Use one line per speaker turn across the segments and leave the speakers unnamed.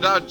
Dodge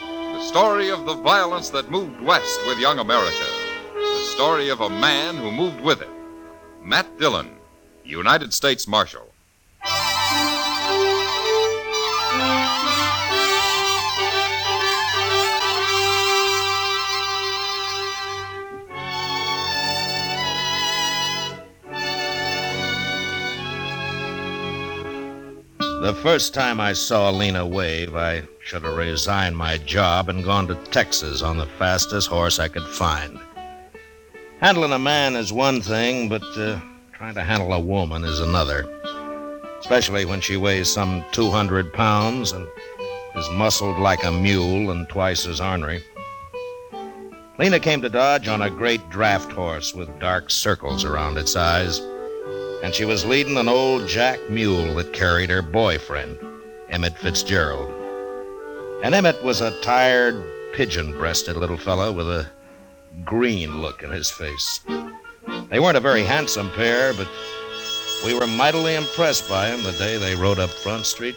The story of the violence that moved west with young America. The story of a man who moved with it. Matt Dillon, United States Marshal.
The first time I saw Lena Wave, I should have resigned my job and gone to Texas on the fastest horse I could find. Handling a man is one thing, but uh, trying to handle a woman is another. Especially when she weighs some 200 pounds and is muscled like a mule and twice as ornery. Lena came to Dodge on a great draft horse with dark circles around its eyes and she was leading an old jack mule that carried her boyfriend, Emmett Fitzgerald. And Emmett was a tired, pigeon breasted little fellow with a green look in his face. They weren't a very handsome pair, but we were mightily impressed by him the day they rode up Front Street.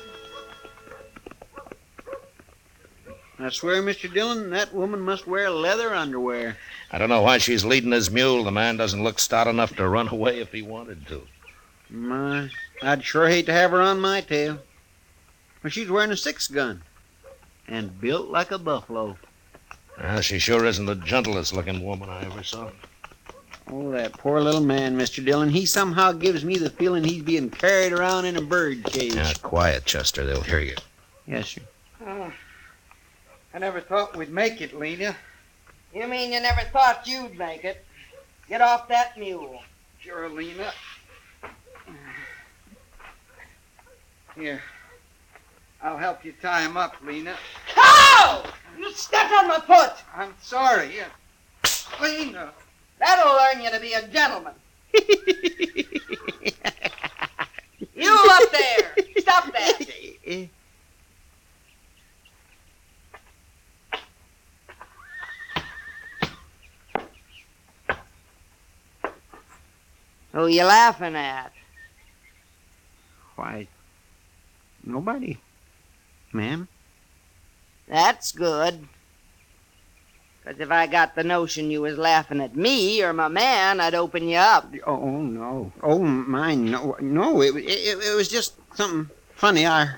I swear, Mr. Dillon, that woman must wear leather underwear.
I don't know why she's leading his mule. The man doesn't look stout enough to run away if he wanted to.
My, I'd sure hate to have her on my tail. But she's wearing a six gun and built like a buffalo.
Well, she sure isn't the gentlest looking woman I ever saw.
Oh, that poor little man, Mr. Dillon. He somehow gives me the feeling he's being carried around in a bird cage.
Now, quiet, Chester. They'll hear you.
Yes, sir.
Oh, I never thought we'd make it, Lena.
You mean you never thought you'd make it? Get off that mule.
Sure, Lena. Here. I'll help you tie him up, Lena.
Ow! You stepped on my foot.
I'm sorry. Lena.
That'll learn you to be a gentleman. You up there. Stop that.
Eh,
Who you laughing at?
Why, nobody. Ma'am?
That's good. 'Cause if I got the notion you was laughing at me or my man, I'd open you up.
Oh, oh, no. Oh, my, no. No, it, it, it was just something funny I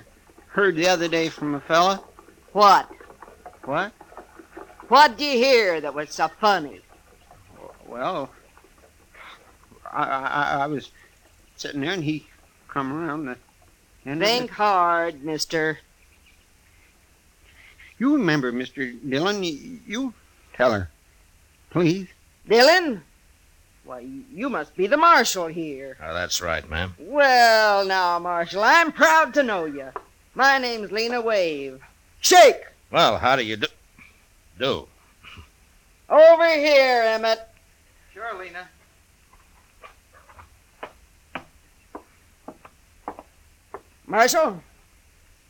heard the other day from a fella.
What?
What?
What'd you hear that was so funny?
Well, I, I, I was sitting there and he come around the end of the-
Think hard, mister.
You remember, Mr. Dillon, you, you tell her, please.
Dillon? Why, you must be the marshal here.
Oh, that's right, ma'am.
Well, now, Marshal, I'm proud to know you. My name's Lena Wave. Shake!
Well, how do you do? Do.
Over here, Emmett.
Sure, Lena.
Marshal,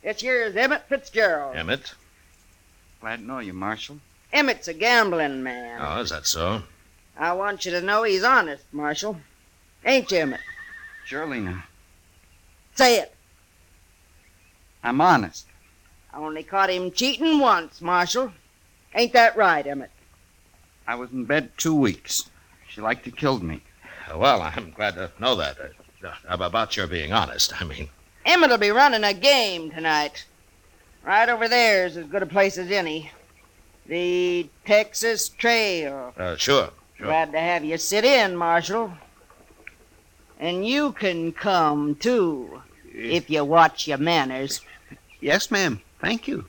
it's yours, Emmett Fitzgerald.
Emmett?
Glad to know you, Marshal.
Emmett's a gambling man.
Oh, is that so?
I want you to know he's honest, Marshal. Ain't you, Emmett?
Sure, Lena.
Say it.
I'm honest.
I only caught him cheating once, Marshal. Ain't that right, Emmett?
I was in bed two weeks. She liked to kill me.
Well, I'm glad to know that. Uh, uh, about your being honest, I mean.
Emmett'll be running a game tonight. Right over there's as good a place as any. The Texas Trail.
Uh, sure. Sure.
Glad to have you sit in, Marshal. And you can come too, if you watch your manners.
Yes, ma'am. Thank you.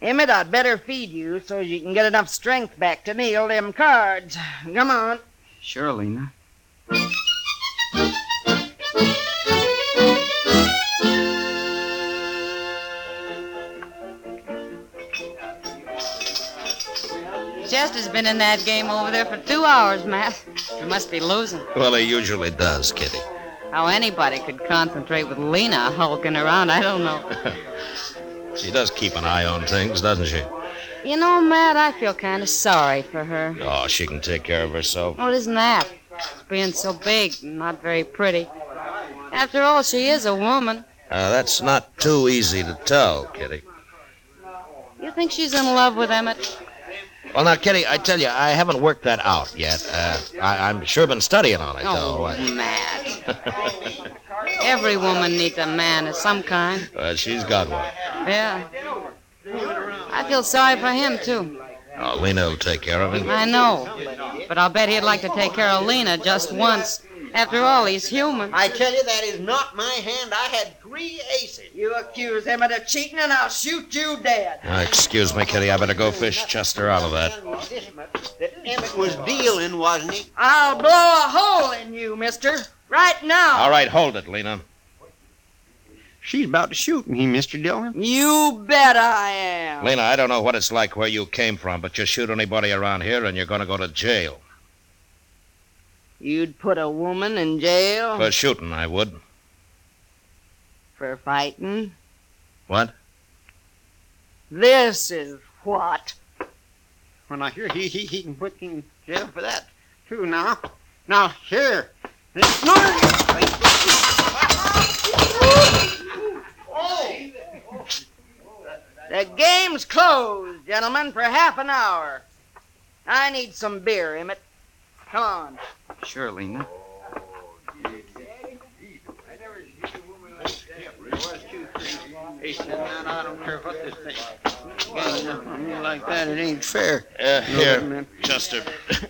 Emmett, I'd better feed you so you can get enough strength back to kneel them cards. Come on.
Sure, Lena.
Buster's been in that game over there for two hours, Matt. He must be losing.
Well, he usually does, Kitty.
How anybody could concentrate with Lena hulking around, I don't know.
She does keep an eye on things, doesn't she?
You know, Matt, I feel kind of sorry for her.
Oh, she can take care of herself.
What isn't that? Being so big and not very pretty. After all, she is a woman.
Uh, that's not too easy to tell, Kitty.
You think she's in love with Emmett?
Well, now, Kitty, I tell you, I haven't worked that out yet. Uh, I, I'm sure been studying on it, though. I-
Matt. Every woman needs a man of some kind.
Uh, she's got one.
Yeah. I feel sorry for him, too.
Oh, Lena will take care of him.
I know. But I'll bet he'd like to take care of Lena just once. After all, he's human.
I tell you, that is not my hand. I had three aces.
You accuse Emmett of cheating, and I'll shoot you dead.
Uh, excuse me, Kitty. I better go fish Chester out of that.
That Emmett was dealing, wasn't he?
I'll blow a hole in you, mister. Right now.
All right, hold it, Lena.
She's about to shoot me, Mr. Dillon.
You bet I am.
Lena, I don't know what it's like where you came from, but you shoot anybody around here and you're going to go to jail.
You'd put a woman in jail
For shooting, I would.
for fighting?
What?
This is what?
When I hear he, he, he can put me in jail for that, too, now. Now, here. This- No!
The game's closed, gentlemen, for half an hour. I need some beer, Emmett. Come on.
Sure, Lena.
He said, "Man, I don't care what this thing. Gang up on me like that, it ain't fair.
Uh,
Look, man.
Chester.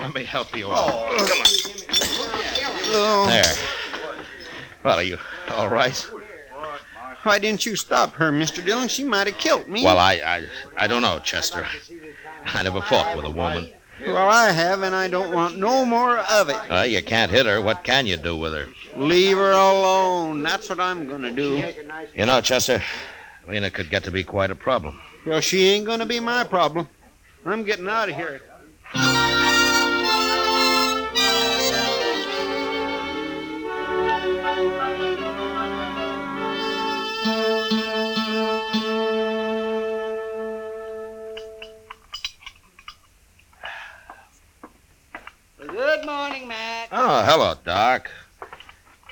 Let me help you out.
Oh,
There. Well, are you all right?
why didn't you stop her, Mr. Dillon? She might have killed me.
Well, I, I, I don't know, Chester. I never fought with a woman.
Well, I have, and I don't want no more of it.
Uh, you can't hit her. What can you do with her?
Leave her alone. That's what I'm gonna do.
You know, Chester, Lena could get to be quite a problem.
Well, she ain't gonna be my problem. I'm getting out of here.
Good morning, Mac.
Oh, hello, Doc.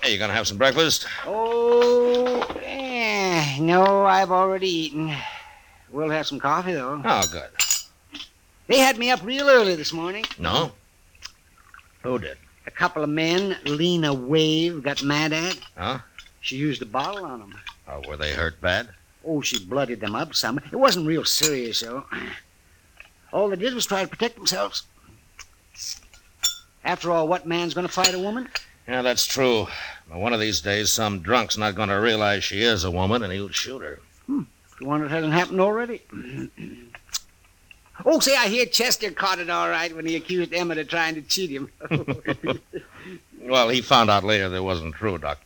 Hey, you gonna have some breakfast?
Oh, eh, no, I've already eaten. We'll have some coffee, though.
Oh, good.
They had me up real early this morning.
No? Who did?
A couple of men Lena Wave got mad at.
Huh?
She used a bottle on them.
Oh, were they hurt bad?
Oh, she blooded them up some. It wasn't real serious, though. All they did was try to protect themselves. After all, what man's going to fight a woman?
Yeah, that's true. But one of these days, some drunk's not gonna realize she is a woman and he'll shoot her.
The one that hasn't happened already. oh, say, I hear Chester caught it all right when he accused Emma of trying to cheat him.
Well, he found out later that it wasn't true, Doc.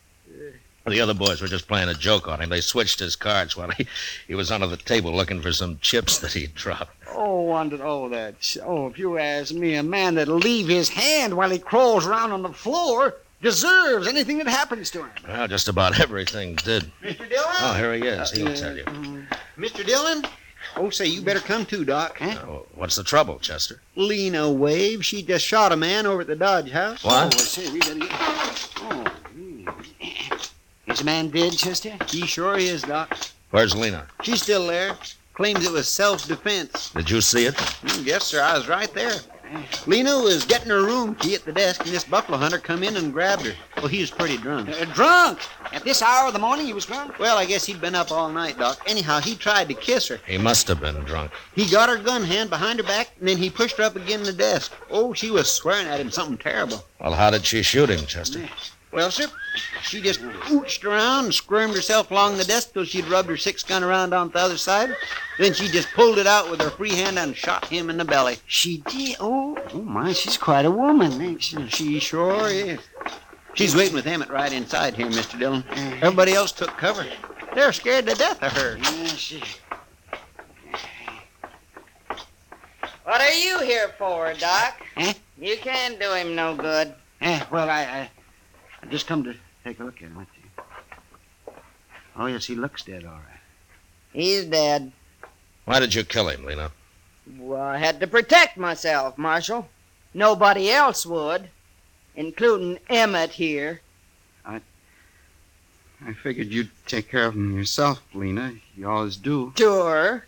The other boys were just playing a joke on him. They switched his cards while he, he was under the table looking for some chips that he dropped.
Oh, wondered all that. sh- Oh, if you ask me, a man that'll leave his hand while he crawls around on the floor deserves anything that happens to him.
Well, just about everything did.
Mr. Dillon?
Oh, here he is. He'll tell you.
Mr. Dillon? Oh, say, you better come too, Doc. Huh?
Oh, what's the trouble, Chester?
Lena Wave, she just shot a man over at the Dodge House.
What?
Oh, I say, we better get. Oh, hmm. is the man dead, Chester?
He sure is, Doc.
Where's Lena?
She's still there. Claims it was self-defense.
Did you see it?
Mm, Yes, sir, I was right there. Lena was getting her room key at the desk, and this buffalo hunter come in and grabbed her. Well, he was pretty drunk.
Uh, drunk. At this hour of the morning, he was drunk.
Well, I guess he'd been up all night, Doc. Anyhow, he tried to kiss her.
He must have been drunk.
He got her gun hand behind her back, and then he pushed her up against the desk. Oh, she was swearing at him something terrible.
Well, how did she shoot him, Chester?
Well, sir, she just ooched around and squirmed herself along the desk till she'd rubbed her six gun around on the other side. Then she just pulled it out with her free hand and shot him in the belly.
She did. Oh, oh my, she's quite a woman, ain't she?
She sure is. She's waiting with Emmett right inside here, Mr. Dillon.
Uh-huh.
Everybody else took cover. They're scared to death of her.
Yeah, she. What are you here for, Doc?
Huh?
You can't do him no good.
Eh, well, I, I, I just come to take a look at him. That's it. Oh, yes, he looks dead, all right.
He's dead.
Why did you kill him, Lena?
Well, I had to protect myself, Marshal. Nobody else would, including Emmett here.
I figured you'd take care of him yourself, Lena. You always do.
Sure.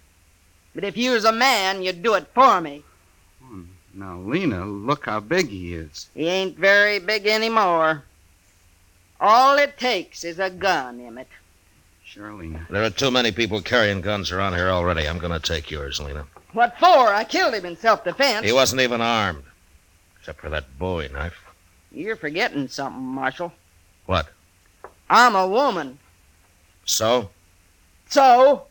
But if you was a man, you'd do it for me.
Hmm. Now, Lena, look how big he is.
He ain't very big anymore. All it takes is a gun, Emmett.
Sure, Lena.
There are too many people carrying guns around here already. I'm going to take yours, Lena.
What for? I killed him in self defense.
He wasn't even armed, except for that Bowie knife.
You're forgetting something, Marshal.
What?
I'm a woman.
So?
So,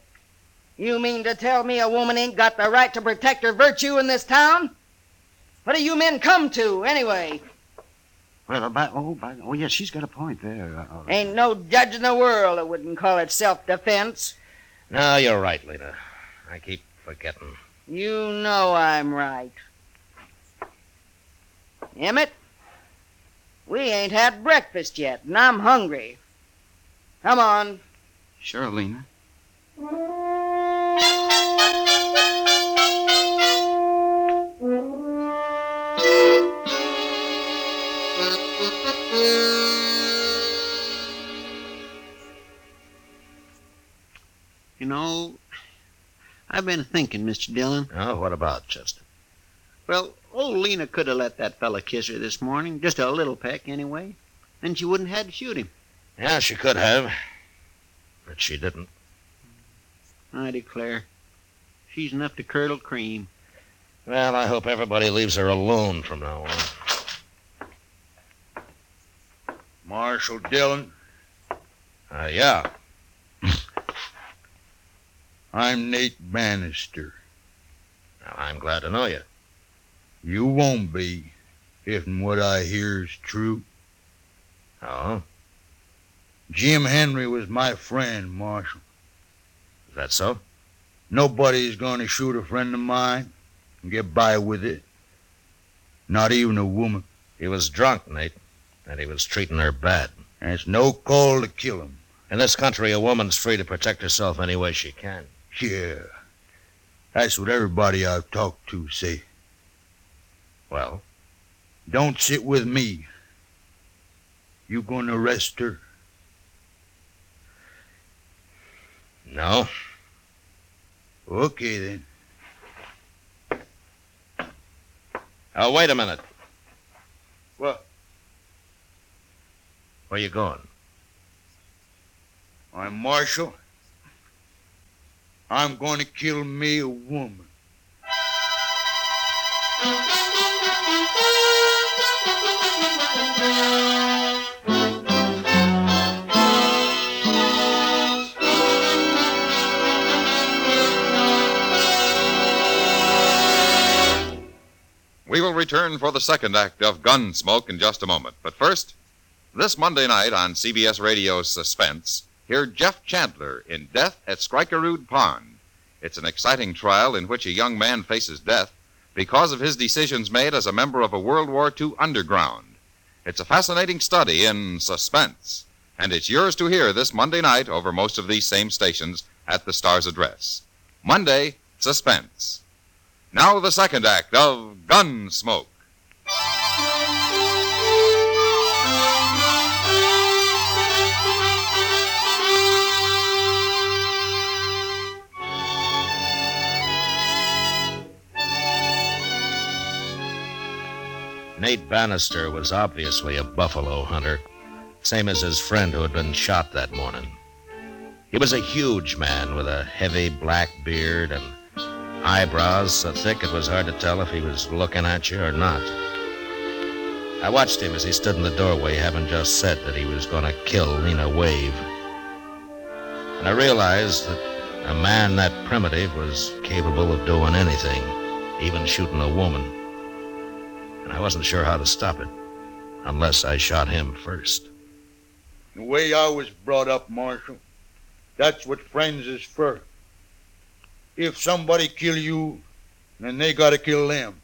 you mean to tell me a woman ain't got the right to protect her virtue in this town? What do you men come to, anyway?
Well, by, oh, by, oh, yeah, she's got a point there. uh, all right.
Ain't no judge in the world that wouldn't call it self defense.
No, you're right, Lena. I keep forgetting.
You know I'm right. Emmett, we ain't had breakfast yet, and I'm hungry. Come on.
Sure, Lena.
You know, I've been thinking, Mr. Dillon.
Oh, what about Chester?
Well, old Lena could have let that fella kiss her this morning, just a little peck, anyway. Then she wouldn't have had to shoot him.
Yeah, she could have. But she didn't.
I declare, she's enough to curdle cream.
Well, I hope everybody leaves her alone from now on.
Marshal Dillon,
Uh, yeah.
I'm Nate Bannister.
Well, I'm glad to know you.
You won't be, if what I hear is true.
Oh,
Jim Henry was my friend, Marshal.
is that so?
Nobody's going to shoot a friend of mine and get by with it. Not even a woman.
He was drunk, Nate, and he was treating her bad.
And it's no call to kill him.
In this country, a woman's free to protect herself any way she can.
Yeah. That's what everybody I've talked to say.
Well,
Don't sit with me. You going to arrest her?
no.
Okay, then.
Oh, wait a minute.
What?
Where you going?
I'm Marshal. I'm going to kill me a woman.
We will return for the second act of Gunsmoke in just a moment. But first, this Monday night on CBS Radio's Suspense, hear Jeff Chandler in Death at Skrikerud Pond. It's an exciting trial in which a young man faces death because of his decisions made as a member of a World War II underground. It's a fascinating study in suspense, and it's yours to hear this Monday night over most of these same stations at the Star's address. Monday, Suspense. Now the second act of Gunsmoke.
Nate Bannister was obviously a buffalo hunter, same as his friend who had been shot that morning. He was a huge man with a heavy black beard and eyebrows so thick it was hard to tell if he was looking at you or not. I watched him as he stood in the doorway, having just said that he was going to kill Lena Wave. And I realized that a man that primitive was capable of doing anything, even shooting a woman and I wasn't sure how to stop it unless I shot him first.
The way I was brought up, Marshal, that's what friends is for. If somebody kill you, and they gotta kill them.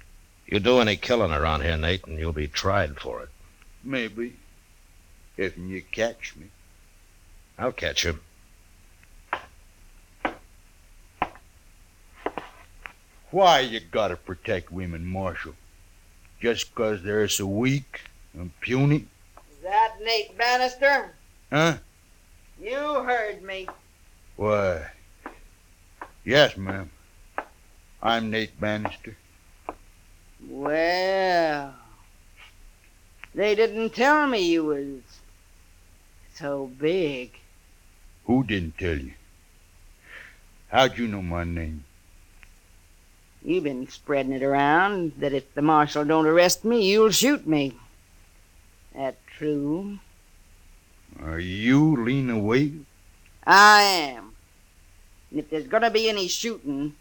You do any killing around here, Nate, and you'll be tried for it.
Maybe. If you catch me.
I'll catch you.
Why you gotta protect women, Marshal? Just 'cause they're so weak and puny?
Is that Nate Bannister?
Huh?
You heard me.
Why? Yes, ma'am. I'm Nate Bannister.
Well, they didn't tell me you was so big.
Who didn't tell you? How'd you know my name?
You've been spreading it around that if the marshal don't arrest me, you'll shoot me. That true?
Are you Lena Wade?
I am. And if there's gonna be any shooting,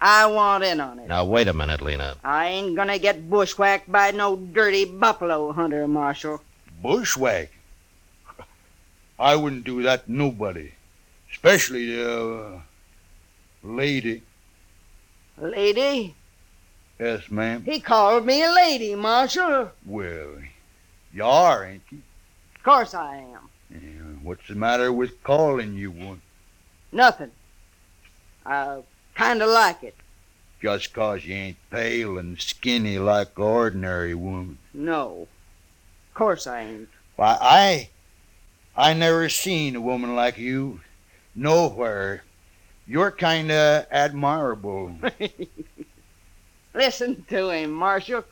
I want in on it.
Now, wait a minute, Lena.
I ain't gonna get bushwhacked by no dirty buffalo hunter, Marshal.
Bushwhack? I wouldn't do that to nobody. Especially the uh, lady.
Lady?
Yes, ma'am.
He called me a lady, Marshal.
Well, you are, ain't you?
Of course I am.
Yeah, What's the matter with calling you one?
Nothing. I kinda like it.
Just 'cause you ain't pale and skinny like a ordinary woman.
No. Of course I ain't.
Why, I, I never seen a woman like you, nowhere. You're kinda admirable.
Listen to him, Marshal.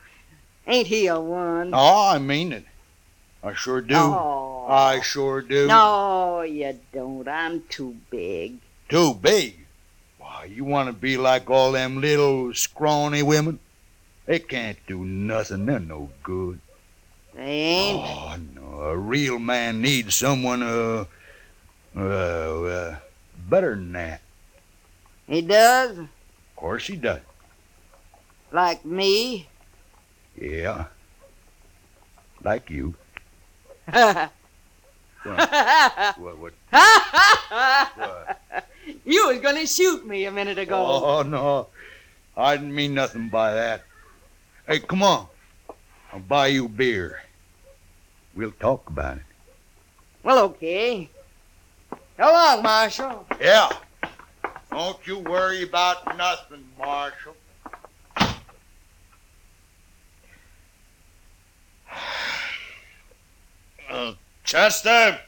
Ain't he a one?
oh, I mean it. I sure do.
Oh.
I sure do.
No, you don't. I'm too big.
Too big. Why, you wanna be like all them little scrawny women? They can't do nothing. They're no good.
They ain't.
Oh no, a real man needs someone uh, uh, uh better than that.
He does,
Of course he does.
like me.
Yeah. Like you. What? uh, What? what?
you was gonna shoot me a minute ago.
Oh no, I didn't mean nothing by that. Hey, come on. I'll buy you a beer. We'll talk about it.
Well, okay. Go along, Marshal.
Yeah. Don't you worry about nothing, Marshal.
Chester!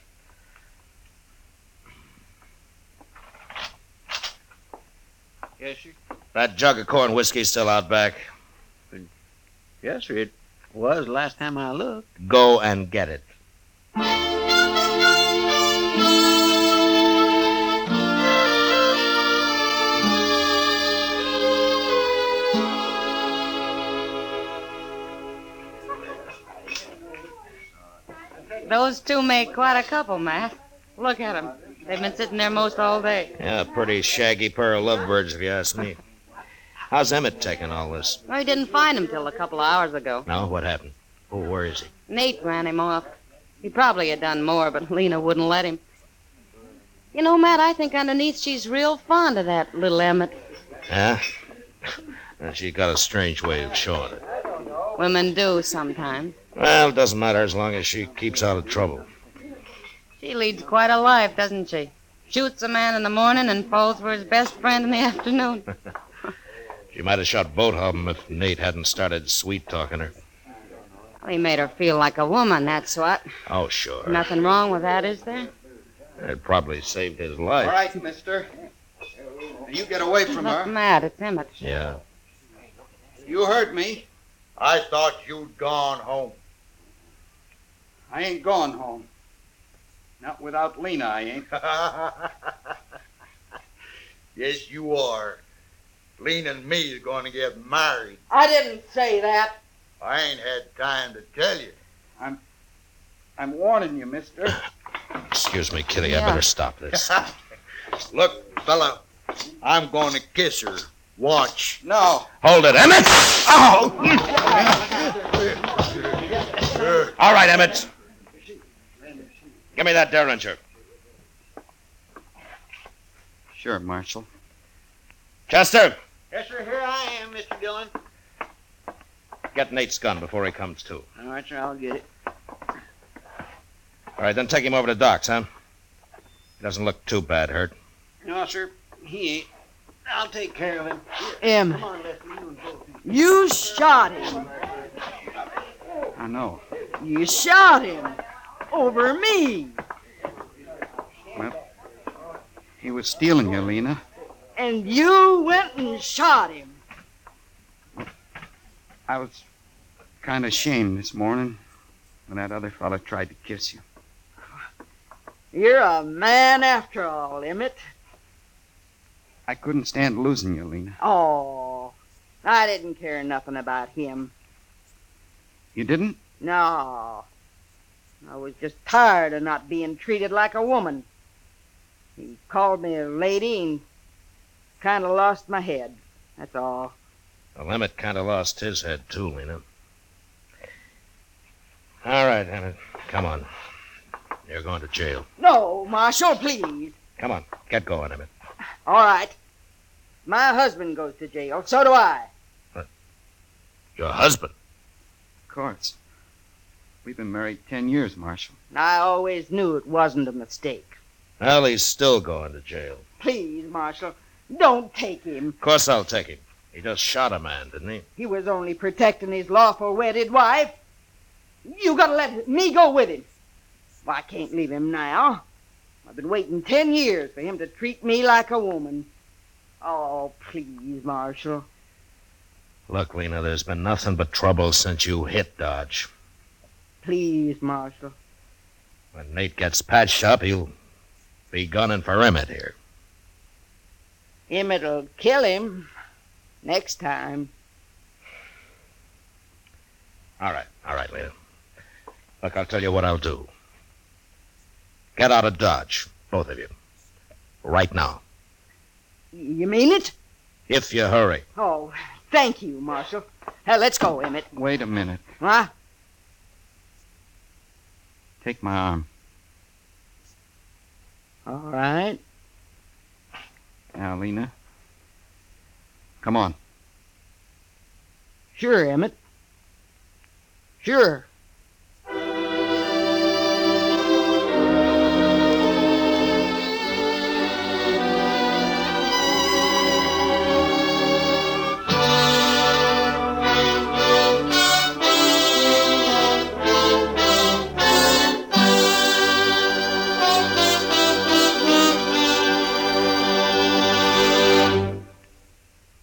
Yes, sir.
That jug of corn whiskey's still out back.
Yes, sir. It was last time I looked.
Go and get it.
Those two make quite a couple, Matt. Look at 'em. They've been sitting there most all day.
Yeah, pretty shaggy pair of lovebirds, if you ask me. How's Emmett taking all this?
Well, he didn't find him till a couple of hours ago.
No, what happened? Oh, where is he?
Nate ran him off. He probably had done more, but Lena wouldn't let him. You know, Matt, I think underneath she's real fond of that little Emmett.
Huh? Well, She's got a strange way of showing it.
Women do sometimes.
Well, it doesn't matter as long as she keeps out of trouble.
She leads quite a life, doesn't she? Shoots a man in the morning and falls for his best friend in the afternoon.
She might have shot both of 'em if Nate hadn't started sweet talking her.
Well, he made her feel like a woman, that's what.
Oh, sure.
Nothing wrong with that, is there?
It probably saved his
All
life.
right, mister. You get away from
Look,
her.
Matt, it's Emmett.
Yeah.
You heard me.
I thought you'd gone home.
I ain't going home. Not without Lena, I ain't.
yes, you are. Lean and me is going to get married.
I didn't say that.
I ain't had time to tell you.
I'm warning you, mister.
Excuse me, Kitty. I
Yeah.
better stop this.
Look, fella, I'm going to kiss her. Watch.
No.
Hold it, Emmett! Oh!
Uh,
All right, Emmett. Give me that derringer.
Sure, Marshal.
Chester,
Yes, sir, here I am, Mr. Dillon.
Get Nate's gun before he comes to.
All right, sir, I'll get it.
All right, then take him over to Doc's, huh? He doesn't look too bad hurt.
No, sir, he ain't. I'll take care of him.
Em,
Come on, Lester, you and both.
you shot him.
I know.
You shot him. Over me.
He was stealing you, Lena.
And you went and shot him.
I was kind of ashamed this morning when that other fellow tried to kiss you.
You're a man after all, Emmett.
I couldn't stand losing you, Lena.
Oh, I didn't care nothing about him.
You didn't?
No. I was just tired of not being treated like a woman. He called me a lady and kind of lost my head. That's all.
Well, Emmett kind of lost his head, too, Lena. All right, Emmett. Come on. You're going to jail.
No, Marshal, please.
Come on. Get going, Emmett.
All right. My husband goes to jail. So do I.
Your husband.
Of course. We've been married ten years, Marshal.
And I always knew it wasn't a mistake.
Well, he's still going to jail.
Please, Marshal, don't take him.
Of course I'll take him. He just shot a man, didn't he?
He was only protecting his lawful wedded wife. You gotta let me go with him. Well, I can't leave him now. I've been waiting ten years for him to treat me like a woman. Oh, please, Marshal.
Look, Lena, there's been nothing but trouble since you hit Dodge.
Please, Marshal.
When Nate gets patched up, he'll be gunning for Emmett here.
Emmett'll kill him next time.
All right, all right, Lena. Look, I'll tell you what I'll do. Get out of Dodge, both of you. Right now.
You mean it?
If you hurry.
Oh, thank you, Marshal. Now, let's go, Emmett.
Wait a minute.
Huh?
Take my arm.
All right.
Now, Lena. Come on.
Sure, Emmett. Sure.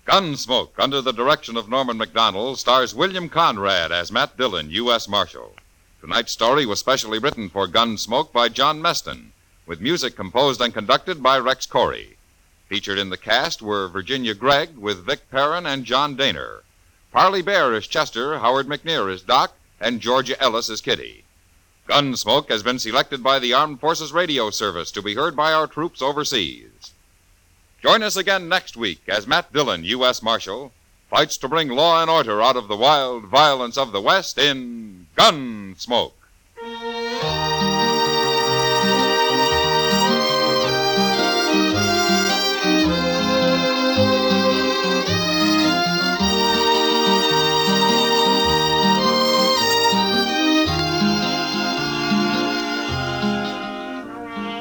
Gunsmoke, under the direction of Norman McDonald, stars William Conrad as Matt Dillon, U.S. Marshal. Tonight's story was specially written for Gunsmoke by John Meston, with music composed and conducted by Rex Corey. Featured in the cast were Virginia Gregg with Vic Perrin and John Daner. Parley Bear is Chester, Howard McNear is Doc, and Georgia Ellis is Kitty. Gunsmoke has been selected by the Armed Forces Radio Service to be heard by our troops overseas. Join us again next week as Matt Dillon, U.S. Marshal, fights to bring law and order out of the wild violence of the West in Gunsmoke.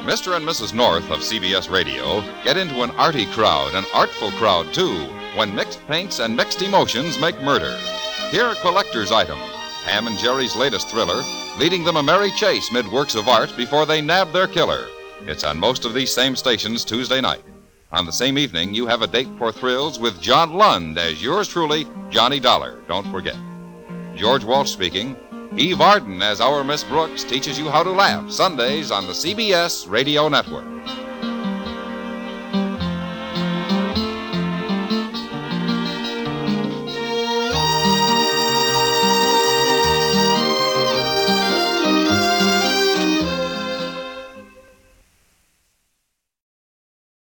Mr. and Mrs. North of CBS Radio get into an arty crowd, an artful crowd too, when mixed paints and mixed emotions make murder. Here, Collector's Item, Ham and Jerry's latest thriller, leading them a merry chase mid works of art before they nab their killer. It's on most of these same stations Tuesday night. On the same evening, you have a date for thrills with John Lund as yours truly, Johnny Dollar. Don't forget. George Walsh speaking. E. Eve Arden as our Miss Brooks teaches you how to laugh Sundays on the CBS Radio Network.